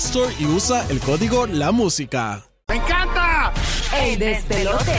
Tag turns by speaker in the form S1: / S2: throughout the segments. S1: Store y usa el código La Música.
S2: ¡Me encanta!
S3: ¡Ey, despelote!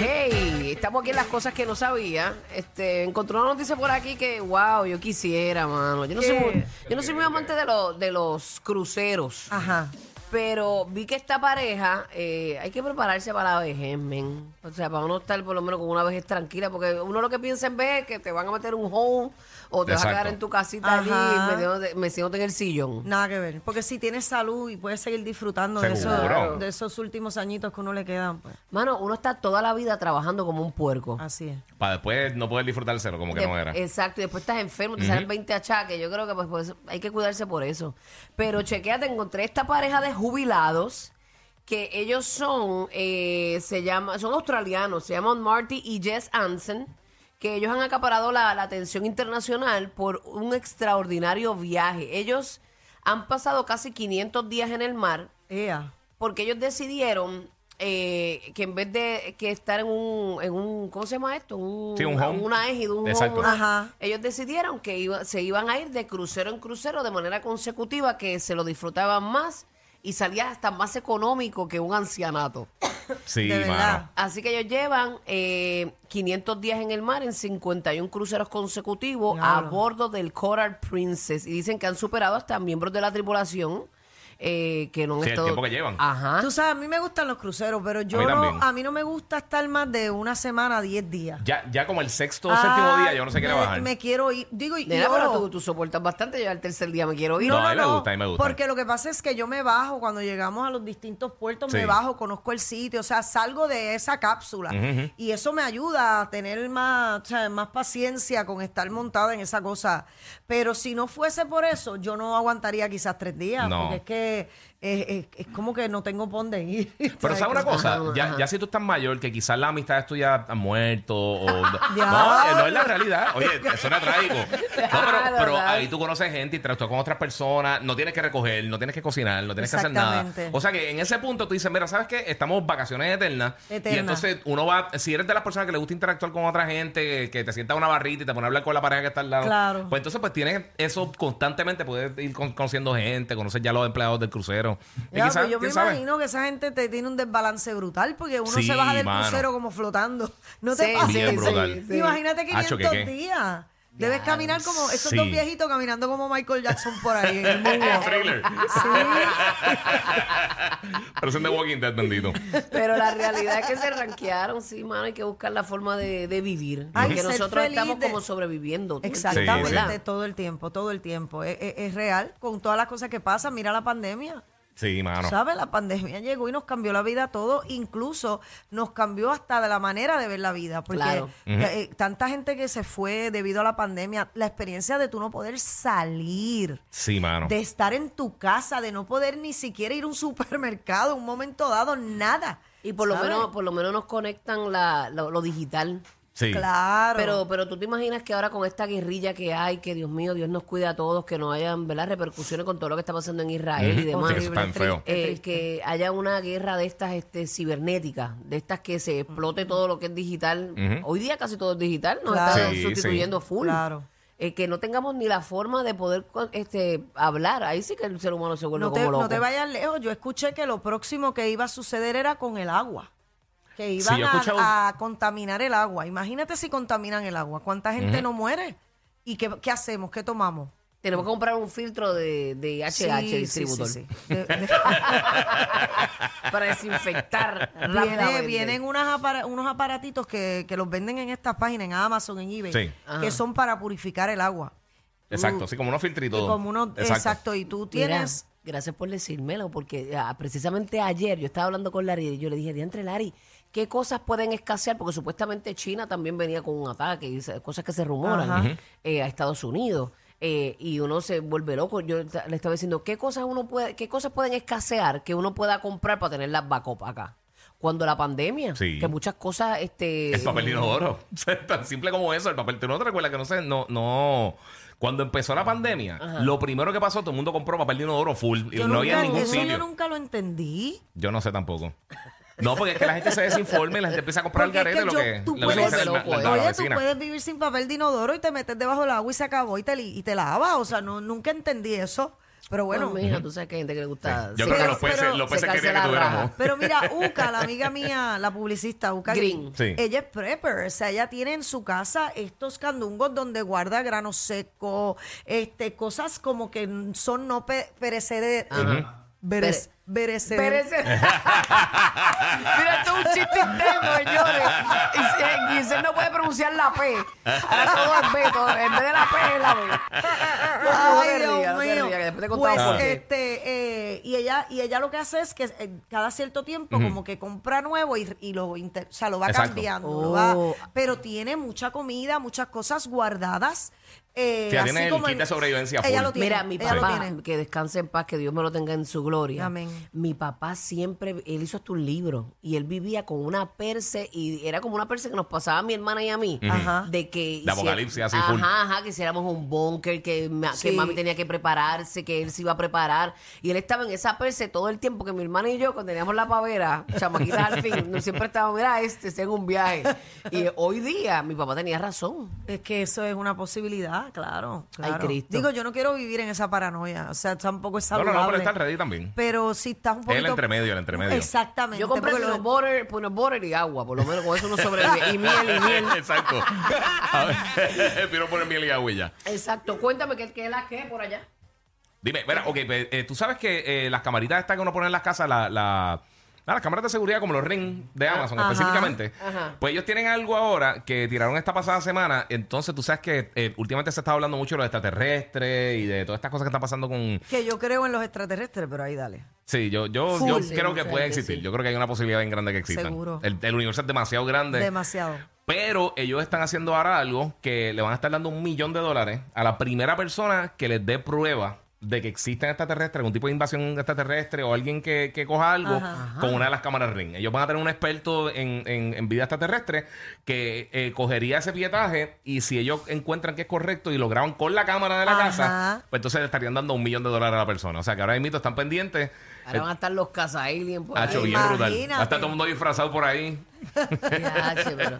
S3: Hey, estamos aquí en las cosas que no sabía. Este, encontré una noticia por aquí que, wow, yo quisiera, mano. Yo no soy
S4: ¿Qué?
S3: muy, yo no soy muy amante de, los de los cruceros,
S4: Ajá.
S3: pero vi que esta pareja, eh, hay que prepararse para la vejez, men. O sea, para uno estar por lo menos con una vejez tranquila, porque uno lo que piensa en vejez es que te van a meter un home o te vas a
S5: Exacto.
S3: quedar en tu casita
S4: Ajá.
S3: allí metiéndote, metiéndote en el sillón.
S4: Nada que ver. Porque si tienes salud y puedes seguir disfutando de,
S5: Seguro.
S4: esos- de esos últimos añitos que uno le quedan, pues
S3: Mano, uno está toda la vida trabajando como un puerco.
S4: así es.
S5: Para después no poder disfrutárselo, como que
S3: De-
S5: no era.
S4: eh,
S3: Exacto, y después estás enfermo, te salen 20 achaques. Yo creo que pues, pues, hay que cuidarse por eso. Pero chequeate, encontré esta pareja de jubilados que ellos son, eh, se llama, son australianos, se llaman Marty y Jess Anson, que ellos han acaparado la, la atención internacional por un extraordinario viaje. Ellos han pasado casi 500 días en el mar
S4: Ea.
S3: porque ellos decidieron eh, que en vez de que estar en un, en un ¿cómo se llama esto? Un,
S5: Sí, un home.
S3: Una égida, un
S5: Exacto.
S3: home. una-
S4: Ajá.
S3: Ellos decidieron que iba- se iban a ir de crucero en crucero de manera consecutiva, que se lo disfrutaban más y salía hasta más económico que un ancianato.
S5: Sí,
S4: de verdad.
S5: mano.
S3: Así que ellos llevan eh, 500 días en el mar en 51 cruceros consecutivos a
S4: Diablo.
S3: bordo del Coral Princess. Y dicen que han superado hasta miembros de la tripulación eh, que no han
S5: Sí, el
S3: estado...
S5: tiempo que llevan.
S3: Ajá.
S4: Tú sabes, a mí me gustan los cruceros, pero yo
S5: ¿Ah? mí
S4: no,
S5: también.
S4: a mí no me gusta estar más de una semana, diez días.
S5: Ya, ya como el sexto o
S4: Ah,
S5: séptimo día, yo no sé qué
S4: me-
S5: bajar.
S4: Me quiero ir. Digo, y
S3: Nena,
S4: yo-
S3: pero tú, tú soportas bastante. Yo al tercer día me quiero ir.
S5: No, a mí me gusta, a mí me gusta.
S4: Porque lo que pasa es que yo me bajo cuando llegamos a los distintos puertos, me
S5: Sí.
S4: bajo, conozco el sitio, o sea, salgo de esa cápsula.
S5: Ujú.
S4: Y eso me ayuda a tener más, o sea, más paciencia con estar montada en esa cosa. Pero si no fuese por eso, yo no aguantaría quizás tres días,
S5: No.
S4: porque es que es, es- es como que no tengo por dónde ir.
S5: Pero ¿sabes una cosa?
S3: Ajá,
S5: Ya,
S3: ajá.
S5: ya si tú estás mayor, que quizás las amistades tuyas han muerto o... no,
S4: Ya.
S5: eh, no es la realidad. Oye, eso era trágico. No, pero,
S3: Ah,
S5: pero
S3: ¿verdad?
S5: ahí tú conoces gente, interactúas con otras personas, no tienes que recoger, no tienes que cocinar, no tienes que hacer nada.
S4: Exactamente.
S5: O sea que en ese punto tú dices, mira, ¿sabes qué? Estamos vacaciones eternas.
S4: Eterna.
S5: Y entonces uno va, si eres de las personas que le gusta interactuar con otra gente, que te sienta una barrita y te pone a hablar con la pareja que está al lado.
S4: Claro.
S5: Pues entonces pues tienes eso constantemente, puedes ir con- conociendo gente, conocer ya los empleados del crucero. Y
S4: Ya,
S5: quizás,
S4: pero yo me
S5: ¿quién sabe?
S4: imagino que esa gente te tiene un desbalance brutal porque uno
S5: Sí,
S4: se baja del
S5: mano.
S4: crucero como flotando. No te
S3: Sí,
S4: pasa?
S5: Bien brutal.
S3: sí.
S4: Imagínate
S5: Hacho,
S4: 500
S5: ¿qué, qué?
S4: días. Debes caminar como esos
S5: Sí.
S4: dos viejitos caminando como Michael Jackson por ahí en el moonwalk.
S5: Thriller. Pero son de Walking Dead, bendito.
S3: Pero la realidad es que se ranquearon, sí, mano. Hay que buscar la forma de, de vivir.
S4: Hay
S3: porque
S4: que ser
S3: nosotros
S4: feliz
S3: estamos
S4: de-
S3: como sobreviviendo. todo el tiempo,
S4: Exactamente,
S3: ¿verdad?
S4: todo el tiempo, todo el tiempo. Es, es- es real, con todas las cosas que pasan. Mira la pandemia.
S5: Sí, mano.
S4: ¿Sabes? La pandemia llegó y nos cambió la vida a todos, incluso nos cambió hasta de la manera de ver la vida, porque
S3: Claro.
S4: eh, eh, tanta gente que se fue debido a la pandemia, la experiencia de tú no poder salir,
S5: Sí, mano.
S4: de estar en tu casa, de no poder ni siquiera ir a un supermercado, un momento dado, nada.
S3: Y por lo,
S4: ¿Sabes?
S3: menos, por lo menos nos conectan la, lo, lo digital.
S5: Sí.
S4: Claro.
S3: Pero, pero tú te imaginas que ahora con esta guerrilla que hay, que Dios mío, Dios nos cuida a todos, que no hayan ¿verdad? repercusiones con todo lo que está pasando en Israel y
S5: Ujú.
S3: demás.
S5: Sí, eso está bien feo.
S3: Eh, que haya una guerra de estas este, cibernéticas, de estas que se explote todo lo que es digital. Hoy día casi todo es digital, nos
S4: Claro.
S3: están
S5: Sí,
S3: sustituyendo full.
S4: Claro.
S3: Eh, que no tengamos ni la forma de poder co- este, hablar. Ahí sí que el ser humano se vuelve
S4: no te,
S3: como loco.
S4: no te vayas lejos, yo escuché que lo próximo que iba a suceder era con el agua. Que
S5: Sí,
S4: iban
S5: yo he
S4: a-
S5: escuchado-
S4: a, contaminar el agua. Imagínate si contaminan el agua. ¿Cuánta gente no muere? ¿Y qué, qué hacemos? ¿Qué tomamos?
S3: Tenemos que comprar un filtro de, de HH
S4: Sí,
S3: distribuidor
S4: sí, sí, sí. De- de-
S3: para desinfectar
S4: Viene-
S3: rápidamente.
S4: vienen unas apara- unos aparatitos que, que los venden en estas páginas, en Amazon, en eBay,
S5: Sí.
S3: Ajá.
S4: que son para purificar el agua.
S5: Exacto. Sí, como unos
S4: Y
S5: filtritos.
S4: como uno, exacto. y tú
S3: Mira,
S4: tienes...
S3: gracias por decírmelo, porque ah, precisamente ayer yo estaba hablando con Larry y yo le dije, diantre Larry, ¿qué cosas pueden escasear? Porque supuestamente China también venía con un ataque y se- cosas que se rumoran
S4: Ajá.
S3: eh, a Estados Unidos. eh, y uno se vuelve loco. Yo ta- le estaba diciendo, ¿qué cosas uno puede, qué cosas pueden escasear que uno pueda comprar para tener las backup acá? Cuando la pandemia,
S5: Sí.
S3: que muchas cosas, este,
S5: El papel de inodoro. O sea, Tan simple como eso, el papel. ¿Tú no te recuerdas que no sé? No, no. Cuando empezó la pandemia, lo primero que pasó, todo el mundo compró papel de inodoro full. Y
S4: Yo
S5: no había
S4: nunca-
S5: en ningún
S4: eso
S5: sitio.
S4: yo nunca lo entendí.
S5: Yo no sé tampoco. No, porque es que la gente se desinforma y la gente empieza a comprar
S4: Porque es
S5: el garete lo
S4: que yo-
S5: que
S4: tú
S5: lo que
S4: puedes-
S5: le dice la- la- la- la
S4: Oye, tú
S5: vecina.
S4: puedes vivir sin papel de inodoro y te metes debajo del agua y se acabó y te, li- y te lavas. O sea, no, nunca entendí eso. Pero bueno.
S3: Bueno, mija, tú sabes que hay gente que le gusta.
S5: Yo
S3: se-
S5: creo que
S4: pero-
S5: los peces,
S4: pero
S5: los peces
S3: secarse
S5: querían que
S3: la
S5: tuviéramos.
S3: raja.
S4: Pero mira, Uca, la amiga mía, la publicista Uca
S3: Green.
S5: Sí.
S4: ella es prepper, o sea, ella tiene en su casa estos candungos donde guarda granos secos, este, cosas como que son no pe- perecederas. Perece- perecederas.
S3: Pérez. Mira, esto es un chiste interno, señores. Y se- Y usted no puede pronunciar la P. Ahora todo es B, todo- en vez de la P es la B. No, no te
S4: Ay, Dios
S3: rías, no te
S4: mío.
S3: rías, que después te contamos
S4: Pues,
S3: por qué.
S4: este, eh, y ella, y ella lo que hace es que eh, cada cierto tiempo como que compra nuevo y, y lo, inter- o sea, lo va
S5: Exacto.
S4: cambiando,
S3: Oh.
S4: lo va- pero tiene mucha comida, muchas cosas guardadas. eh,
S5: O sea,
S4: así
S5: tiene el
S4: como
S5: kit
S4: en-
S5: de sobrevivencia
S4: Ella
S5: full.
S4: lo tiene.
S3: Mira, mi
S4: ella lo
S3: papá,
S4: tiene.
S3: que descanse en paz, que Dios me lo tenga en su gloria.
S4: Amén.
S3: Mi papá siempre, él hizo hasta un libro y él vivía con una perse y era como una perse que nos pasaba a mi hermana y a mí.
S4: Ajá.
S3: De que...
S5: De
S3: hici-
S5: apocalipsis, así, full.
S3: Ajá, ajá, que hiciéramos un búnker, que, ma- que
S4: Sí.
S3: mami tenía que prepararse, que él se iba a preparar. Y él estaba en esa perse todo el tiempo que mi hermana y yo, cuando teníamos la pavera, chamaquitas al fin, nos- siempre estábamos, mira, este, este en un viaje. Y hoy día, mi papá tenía razón.
S4: Es que eso es una posibilidad, claro.
S3: Ay,
S4: claro.
S3: Cristo.
S4: Digo, yo no quiero vivir en esa paranoia. O sea, tampoco es
S5: No, no,
S4: saludable.
S5: no, pero está ready también.
S4: Pero si estás un
S5: El
S4: poquito...
S5: entremedio, el entremedio.
S4: Exactamente.
S3: Yo compré
S4: porque
S3: unos
S4: lo-
S3: butter, unos butter y agua, por lo menos con eso uno sobrevive. Y miel, y miel.
S5: Exacto. Pero poner miel y agua y ya.
S3: Exacto. Cuéntame qué qué es la que por allá.
S5: Dime, espera, ok, pues, eh, tú sabes que eh, las camaritas estas que uno pone en las casas, la, la- ah, las cámaras de seguridad como los Ring de Amazon
S4: Ajá,
S5: específicamente,
S3: Ah, ajá.
S5: pues ellos tienen algo ahora que tiraron esta pasada semana, entonces tú sabes que eh, últimamente se está hablando mucho de los extraterrestres y de todas estas cosas que están pasando con...
S4: Que yo creo en los extraterrestres, pero ahí dale.
S5: Sí, yo, yo,
S3: Full,
S5: yo
S3: sí,
S5: creo
S3: mucha
S5: que puede
S3: gente,
S5: existir,
S3: sí.
S5: yo creo que hay una posibilidad bien grande que existan.
S4: Seguro.
S5: El, el universo es demasiado grande.
S4: Demasiado.
S5: Pero ellos están haciendo ahora algo que le van a estar dando un millón de dólares a la primera persona que les dé prueba de que existen extraterrestres, algún tipo de invasión extraterrestre o alguien que, que coja algo
S4: Ajá.
S5: con una de las cámaras Ring. Ellos van a tener un experto en, en- en vida extraterrestre que eh, cogería ese pietaje y si ellos encuentran que es correcto y lo graban con la cámara de la
S4: Ajá.
S5: casa, pues entonces le estarían dando un millón de dólares a la persona. O sea que ahora mismo están pendientes.
S3: Ahora van a estar los casa alien por
S5: Hacho,
S3: ahí.
S5: bien brutal.
S4: Imagínate.
S5: Hasta todo el mundo disfrazado por ahí.
S3: Hacho, pero,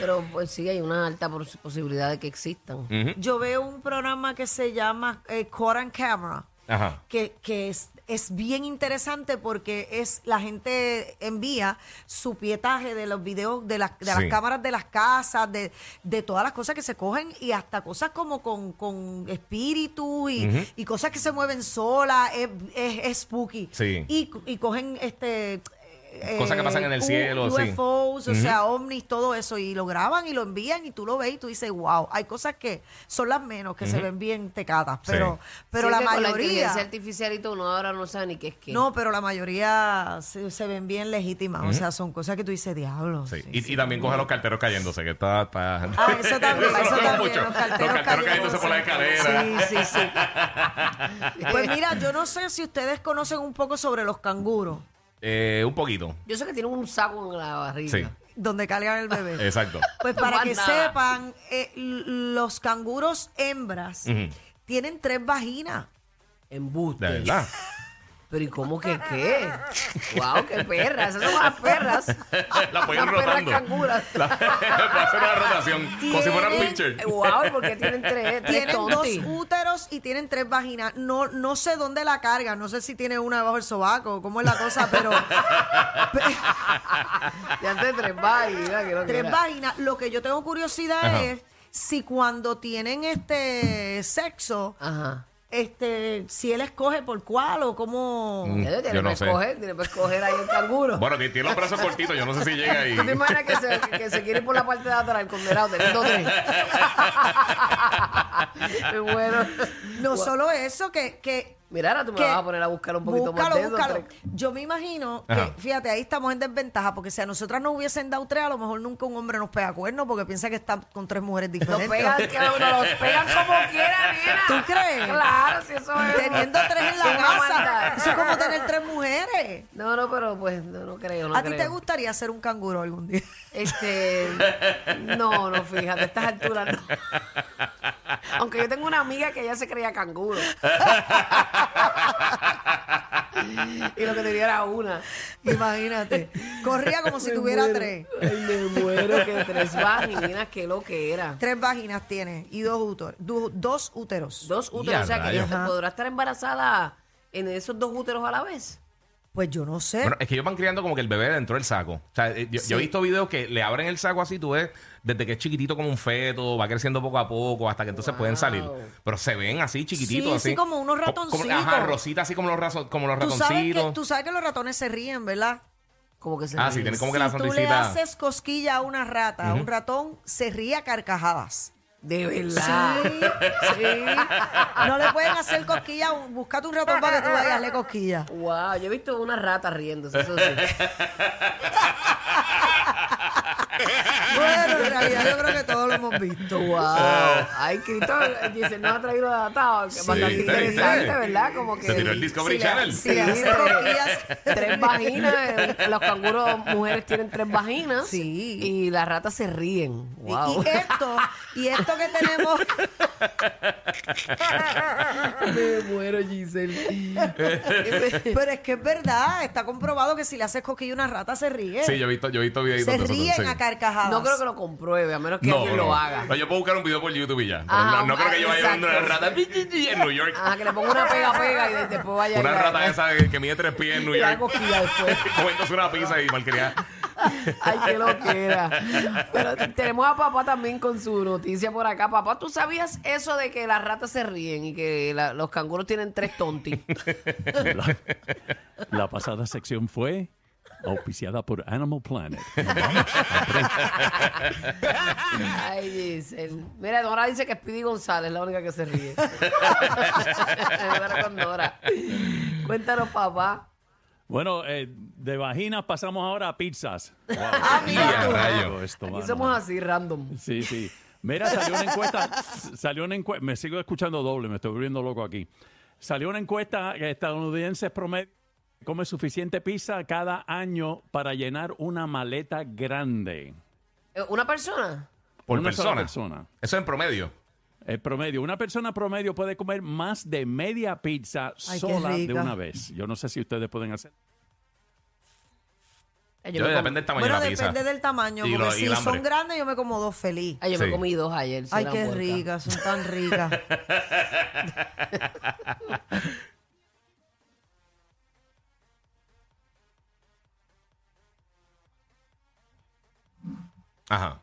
S3: pero, pues, sí hay una alta pos- posibilidad de que existan.
S5: Mm.
S4: Yo veo un programa que se llama eh, Caught on Camera.
S5: Ajá.
S4: que, que es, es bien interesante porque es la gente envía su pietaje de los videos de las, de las
S5: Sí.
S4: cámaras de las casas, de, de todas las cosas que se cogen y hasta cosas como con, con espíritus y, y cosas que se mueven solas, es, es- es spooky.
S5: Sí.
S4: Y, y cogen este... eh,
S5: Cosas que pasan en el
S4: U-
S5: cielo, sí.
S4: UFOs, o sea, ovnis, todo eso, y lo graban y lo envían y tú lo ves y tú dices, wow, hay cosas que son las menos, que se ven bien tecadas,
S5: Sí.
S4: pero, pero
S3: Sí,
S4: la
S3: que Con la
S4: mayoría...
S3: inteligencia artificial y todo, uno ahora no sabe ni qué es qué.
S4: No, pero la mayoría se, se ven bien legítimas. O sea, son cosas que tú dices, diablo.
S5: Sí.
S4: sí,
S5: Y,
S4: sí.
S5: y también coge a los carteros cayéndose, que está... está...
S4: Ah, eso también,
S5: Eso
S4: eso,
S5: lo veo
S4: también.
S5: mucho.
S4: Los carteros,
S5: Los carteros cayéndose
S4: cayéndose.
S5: por la escalera.
S4: Sí, sí, sí. pues mira, yo no sé si ustedes conocen un poco sobre los canguros,
S5: Eh, un poquito.
S3: Yo sé que tienen un saco en la barriga.
S5: Sí.
S4: donde cargan el bebé.
S5: Exacto.
S4: Pues para
S3: Más
S4: que
S3: nada.
S4: sepan, eh, l- los canguros hembras
S5: Ujú.
S4: tienen tres vaginas.
S3: Embuste.
S5: De verdad.
S3: Pero ¿y cómo que qué? ¡Wow, qué perras! Esas son las perras.
S5: La pueden ir
S3: Las perras
S5: rotando.
S3: canguras.
S5: La- Para hacer una rotación. Como si fuera
S4: Tienen-
S5: pitcher.
S3: ¡Wow! Porque tienen tres, tres
S4: Tienen dos
S3: tontis.
S4: úteros y tienen tres vaginas. No, no sé dónde la cargan. No sé si tiene una debajo del sobaco, cómo es la cosa, pero
S3: Ya antes tres vainas. que no
S4: tres
S3: quiera.
S4: vaginas. Lo que yo tengo curiosidad
S5: Ajá.
S4: es si cuando tienen este sexo,
S3: Ajá.
S4: este, si él escoge por cuál o cómo.
S5: Mm.
S3: Tiene
S5: Yo no
S3: que
S5: sé.
S3: escoger, tiene que escoger ahí el canguro.
S5: Bueno, que tiene los brazos cortitos. Yo no sé si llega ahí.
S3: ¿Tú te imaginas que se, que se quiere ir por la parte de atrás el condenado teniendo tres? bueno.
S4: No solo eso, que, que
S3: Mira, ahora tú me
S4: que-
S3: vas a poner a buscar un poquito
S4: búscalo,
S3: más de eso,
S4: búscalo.
S3: tres.
S4: Yo me imagino
S5: Ajá.
S4: que, fíjate, ahí estamos en desventaja, porque si a nosotras nos hubiesen dado tres, a lo mejor nunca un hombre nos pega cuerno porque piensa que está con tres mujeres
S3: Los
S4: diferentes.
S3: pegan, que uno los pegan como quiera, nena.
S4: ¿Tú crees?
S3: Claro, si eso es.
S4: Teniendo tres en
S3: Eso
S4: la
S3: es una
S4: casa.
S3: maldad.
S4: Eso es como tener tres mujeres.
S3: No, no, pero pues no, no creo, no
S4: ¿A ti
S3: creo.
S4: te gustaría ser un canguro algún día?
S3: Este, no, no, fíjate, a estas alturas no. Aunque yo tengo una amiga que ya se creía canguro. y lo que tenía era una.
S4: Imagínate. Corría como si
S3: Me
S4: tuviera
S3: muero.
S4: tres.
S3: Ay, me muero que tres vaginas, que lo que era.
S4: Tres vaginas tiene y dos úteros. du- dos úteros.
S3: Dos úteros,
S5: Ya,
S3: o sea que ella
S5: rayos.
S3: te podrá estar embarazada en esos dos úteros a la vez.
S4: Pues yo no sé.
S5: Bueno, es que ellos van criando como que el bebé dentro del saco. O sea, eh, yo, yo he visto videos que le abren el saco así, tú ves, desde que es chiquitito como un feto, va creciendo poco a poco, hasta que entonces pueden salir. Pero se ven así, chiquititos.
S4: Sí,
S5: así.
S4: sí, como unos
S5: Co- como-
S4: ratoncitos.
S5: ajá, rositas así como los, raso- como los
S4: tú, sabes que,
S5: ratoncitos.
S4: tú sabes que los ratones se ríen, ¿verdad?
S3: Como que se
S5: Ah, sí,
S3: ríen.
S5: tiene como que la
S4: si tú le
S5: sonrisita.
S4: haces cosquilla a una rata, a un ratón se ríe a carcajadas.
S3: De
S4: Sí,
S3: verdad.
S4: sí. No le pueden hacer cosquilla. a un- Búscate un ratón para que tú vayas a hacerle cosquilla.
S3: Wow, yo he visto una rata riéndose, eso sí.
S4: Bueno, en realidad yo creo que todos lo hemos visto.
S3: wow. Ay, Cristo eh, dice, no ha traído data. que bastante
S5: ¿viste?
S3: interesante,
S5: ¿viste?
S3: ¿verdad? Como que.
S5: Se tiró el Discovery
S3: si le-
S5: Channel.
S3: si
S4: Sí,
S3: le
S4: hace
S3: hace
S4: cosquillas.
S3: Tres vaginas, eh, los canguros mujeres tienen tres vaginas
S4: Sí.
S3: y las ratas se ríen.
S4: Y-
S3: Wow.
S4: Y, esto, y esto que tenemos,
S3: Me muero, Giselle.
S4: pero es que es verdad, está comprobado que si le haces cosquilla a una rata se ríe.
S5: Sí, yo he visto, yo he visto videitos
S4: se
S5: de eso,
S4: ríen
S5: sí.
S4: a carcajadas.
S3: no creo que lo compruebe, a menos que
S5: No,
S3: alguien
S5: no.
S3: lo haga.
S5: No, yo puedo buscar un video por YouTube y ya. Pero
S3: Ah,
S5: no, no creo que yo vaya a ver una
S3: exacto.
S5: rata en New York.
S4: Ah,
S3: Ajá, que le ponga una pega pega y de- después vaya
S5: Una
S3: y-
S5: rata esa que, que mide tres pies en New
S3: y la
S5: York.
S3: cosquilla
S4: pues.
S3: después.
S5: Comiéndose una pizza y malcriada.
S3: Ay, qué lo que era. Pero tenemos a papá también con su noticia por acá. Papá, ¿tú sabías eso de que las ratas se ríen y que la- los canguros tienen tres tontis?
S2: La, la pasada sección fue auspiciada por Animal Planet.
S3: Ay, Giselle. Mira, Dora dice que Speedy González es la única que se ríe. Dora con Dora. Cuéntanos, papá.
S2: Bueno, eh, de vaginas pasamos ahora a pizzas. Wow.
S5: mira tú.
S2: Algo esto,
S3: Aquí
S2: mano.
S3: somos así, random.
S2: Sí, sí. Mira, salió una encuesta, s- salió una encuesta, me sigo escuchando doble, me estoy volviendo loco aquí. Salió una encuesta que estadounidenses promedio come suficiente pizza cada año para llenar una maleta grande.
S3: Eh, ¿Una persona?
S5: Por
S2: Una sola
S5: persona.
S2: persona.
S5: Eso en promedio.
S2: El promedio, una persona promedio puede comer más de media pizza
S4: Ay, qué
S2: sola de
S4: rica.
S2: una vez. Yo no sé si ustedes pueden hacer.
S3: Ay,
S5: Yo
S3: me com-
S5: depende del tamaño
S4: Bueno,
S5: de la pizza.
S4: depende del tamaño,
S5: Y
S4: porque
S5: lo- y
S4: si
S5: el
S4: son
S5: hambre.
S4: grandes yo me como dos feliz.
S3: Ay, yo me
S5: Sí.
S3: comí dos ayer. si
S4: Ay,
S3: eran
S4: qué
S3: puercas.
S4: ricas, son tan ricas.
S5: Ajá.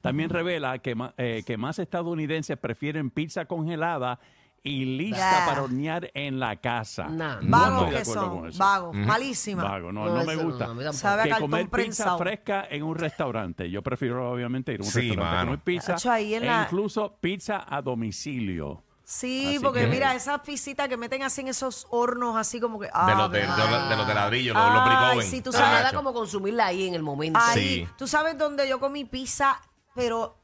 S2: También revela que, ma- eh, que más estadounidenses prefieren pizza congelada y lista
S4: Bah.
S2: para hornear en la casa.
S3: Nah.
S2: No
S4: Vagos
S2: estoy de
S4: que
S2: acuerdo
S4: son,
S2: con eso.
S4: vagos, malísimas.
S2: Vago, no,
S3: No,
S2: no,
S3: eso
S2: me
S3: no,
S2: gusta.
S3: a mí tampoco.
S4: Sabe a
S2: que
S4: cartón
S2: comer pizza
S4: prensado.
S2: fresca en un restaurante. Yo prefiero obviamente ir a un
S5: Sí,
S2: restaurante a
S5: mano.
S2: comer pizza.
S4: Hacho, ahí en
S2: e
S4: la-
S2: incluso pizza a domicilio.
S4: Sí,
S2: Así
S4: porque
S2: que-
S4: mira, esas pisitas que meten así en esos hornos, así como que.
S5: De
S4: ah,
S5: los de, de, los- de los de ladrillo, los,
S4: Ay,
S5: los brick oven.
S4: sí, tú
S5: Ah,
S3: Pero
S4: sabes.
S3: nada
S5: macho.
S3: como consumirla ahí en el momento.
S4: Ahí,
S5: Sí.
S4: tú sabes dónde yo comí pizza, pero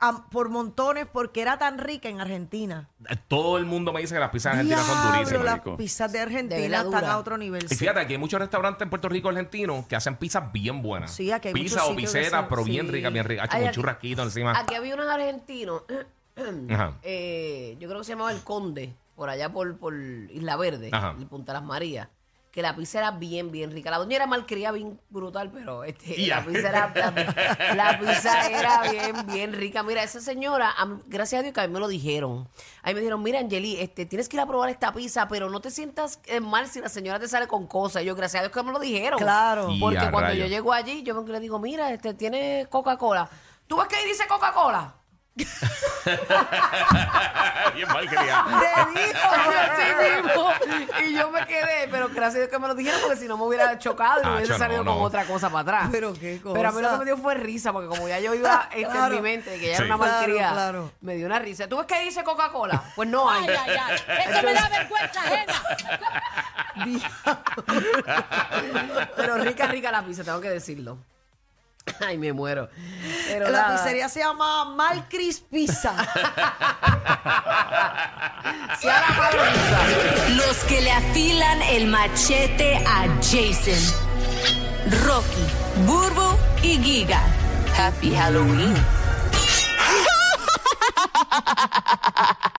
S4: am- por montones, porque era tan rica en Argentina.
S5: Todo el mundo me dice que las pizzas argentinas son
S4: Diablo,
S5: durísimas.
S4: las
S2: marico.
S4: pizzas de
S3: De
S4: Argentina
S3: verdad
S4: están
S3: dura.
S4: a otro nivel.
S5: Y
S4: sí.
S5: fíjate, aquí hay muchos restaurantes en Puerto Rico argentinos que hacen pizzas bien buenas.
S4: Sí, aquí hay
S5: Pizza
S4: muchos
S5: o
S4: sitios que
S5: pizzera,
S4: hacen-
S5: pero bien
S4: sí.
S5: rica, bien rica. Hacho,
S3: Ay,
S5: un
S3: aquí-
S5: churrasquito encima.
S3: Aquí había unos argentinos,
S5: Ajá.
S3: eh, yo creo que se llamaba El Conde, por allá por, por Isla Verde,
S5: Ajá.
S3: y Punta Las Marías, que la pizza era bien, bien rica. La doña era malcriada, bien brutal, pero este,
S5: Ya.
S3: la, pizza era, la, la pizza era bien, bien rica. Mira, esa señora, a mí- gracias a Dios que a mí me lo dijeron. A mí me dijeron, mira, Angeli, este, tienes que ir a probar esta pizza, pero no te sientas eh, mal si la señora te sale con cosas. Y yo, gracias a Dios que me lo dijeron.
S4: Claro.
S5: Y
S3: Porque
S5: a
S3: cuando yo
S5: rayos.
S3: llego allí, yo vengo y le digo, mira, este tiene Coca-Cola. ¿Tú ves que ahí dice Coca-Cola?
S5: bien mal criada.
S4: Te digo,
S3: Así mismo. y yo me quedé, pero gracias a Dios que me lo dijeron, porque si no me hubiera chocado y
S5: Ah,
S3: me hubiese
S5: cho, no,
S3: salido
S5: no.
S3: con otra cosa para atrás.
S4: Pero qué
S3: Pero a mí lo que
S4: cosa.
S3: me dio fue risa, porque como ya yo iba este,
S4: Claro.
S3: en mi mente, de que ya
S5: Sí.
S3: era una
S4: Claro,
S3: malcriada,
S4: claro.
S3: me dio una risa. ¿Tú ves qué dice Coca-Cola? Pues no hay.
S6: Ay, ay, ay. Esto me da vergüenza ajena.
S3: pero rica, rica la pizza, tengo que decirlo. Ay, me muero. Pero
S4: La
S3: nada,
S4: pizzería se llama Mal Crispizza.
S3: sí, a la Pablo Pizza.
S7: Los que le afilan el machete a Jason. Rocky, Burbo y Giga. Happy Halloween.